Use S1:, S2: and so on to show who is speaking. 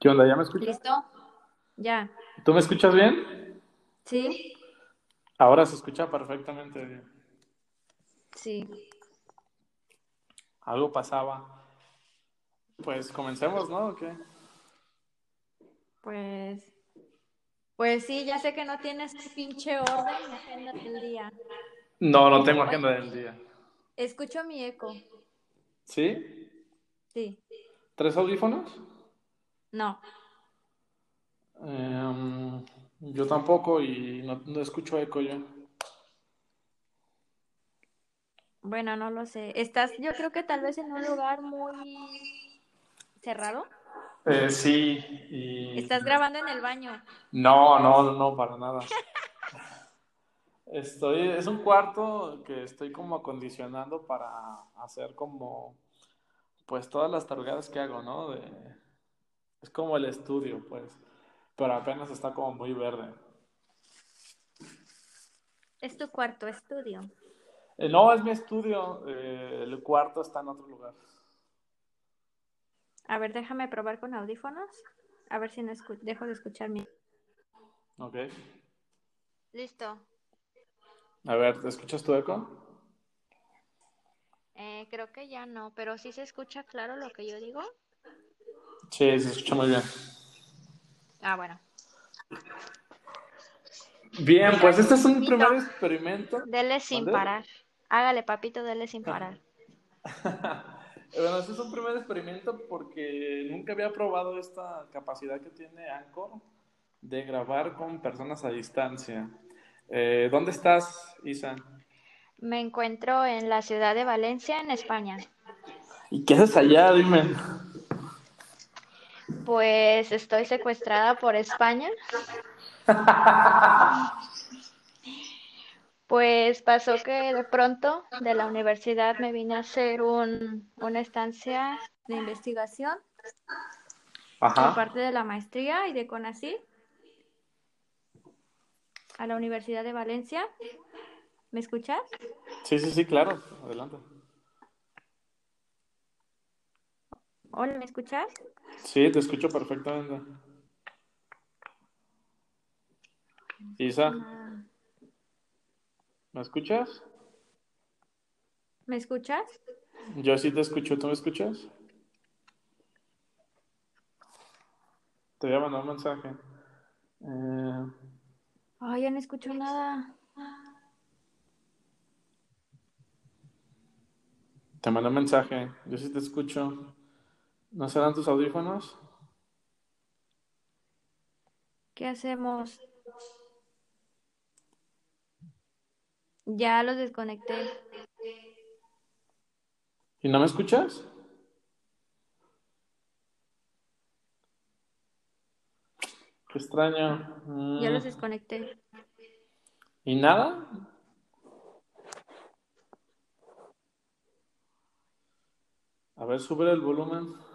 S1: ¿Qué onda? ¿Ya me escuchas?
S2: ¿Listo? Ya.
S1: ¿Tú me escuchas bien?
S2: ¿Sí?
S1: Ahora se escucha perfectamente bien.
S2: Sí.
S1: Algo pasaba. Pues comencemos, ¿no? ¿O qué?
S2: Pues. Pues sí, ya sé que no tienes pinche orden ni agenda del día.
S1: No, no tengo agenda del día.
S2: Escucho mi eco.
S1: ¿Sí?
S2: Sí.
S1: ¿Tres audífonos?
S2: No.
S1: Em, yo tampoco y no, no escucho eco yo.
S2: Bueno, no lo sé. Estás, yo creo que tal vez en un lugar muy cerrado.
S1: Eh, sí. Y...
S2: Estás grabando en el baño.
S1: No, no, no, para nada. Estoy, es un cuarto que estoy como acondicionando para hacer como, pues todas las tarugadas que hago, ¿no? De- es como el estudio, pues, pero apenas está como muy verde.
S2: Es tu cuarto estudio.
S1: Eh, no, es mi estudio, eh, el cuarto está en otro lugar.
S2: A ver, déjame probar con audífonos. A ver si no escu- dejo de escuchar mi.
S1: Ok.
S2: Listo.
S1: A ver, ¿te escuchas tu eco?
S2: Eh, creo que ya no, pero sí se escucha claro lo que yo digo.
S1: Sí, se escucha muy bien.
S2: Ah, bueno.
S1: Bien, pues este es un primer experimento.
S2: Dele sin
S1: ¿Mande?
S2: parar. Hágale, papito, dele sin parar.
S1: Bueno, este es un primer experimento porque nunca había probado esta capacidad que tiene Anchor de grabar con personas a distancia. Eh, ¿dónde estás, Isa?
S2: Me encuentro en la ciudad de Valencia, en España.
S1: ¿Y qué haces allá? Dime.
S2: Pues estoy secuestrada por España. Pues pasó que de pronto de la universidad me vine a hacer un, una estancia de investigación por
S1: Ajá.
S2: parte de la maestría y de CONACYT a la Universidad de Valencia. ¿Me escuchas?
S1: Sí, sí, sí, claro. Adelante.
S2: Hola, ¿me escuchas?
S1: Sí, te escucho perfectamente. Isa, ¿me escuchas?
S2: ¿Me escuchas?
S1: Yo sí te escucho. ¿Tú me escuchas? Te voy a mandar un mensaje. Eh...
S2: Ay, ya no escucho nada.
S1: Te mandé un mensaje. Yo sí te escucho. ¿No serán tus audífonos?
S2: ¿Qué hacemos? Ya los desconecté.
S1: ¿Y no me escuchas? Qué extraño. Mm.
S2: Ya los desconecté.
S1: ¿Y nada? A ver, sube el volumen.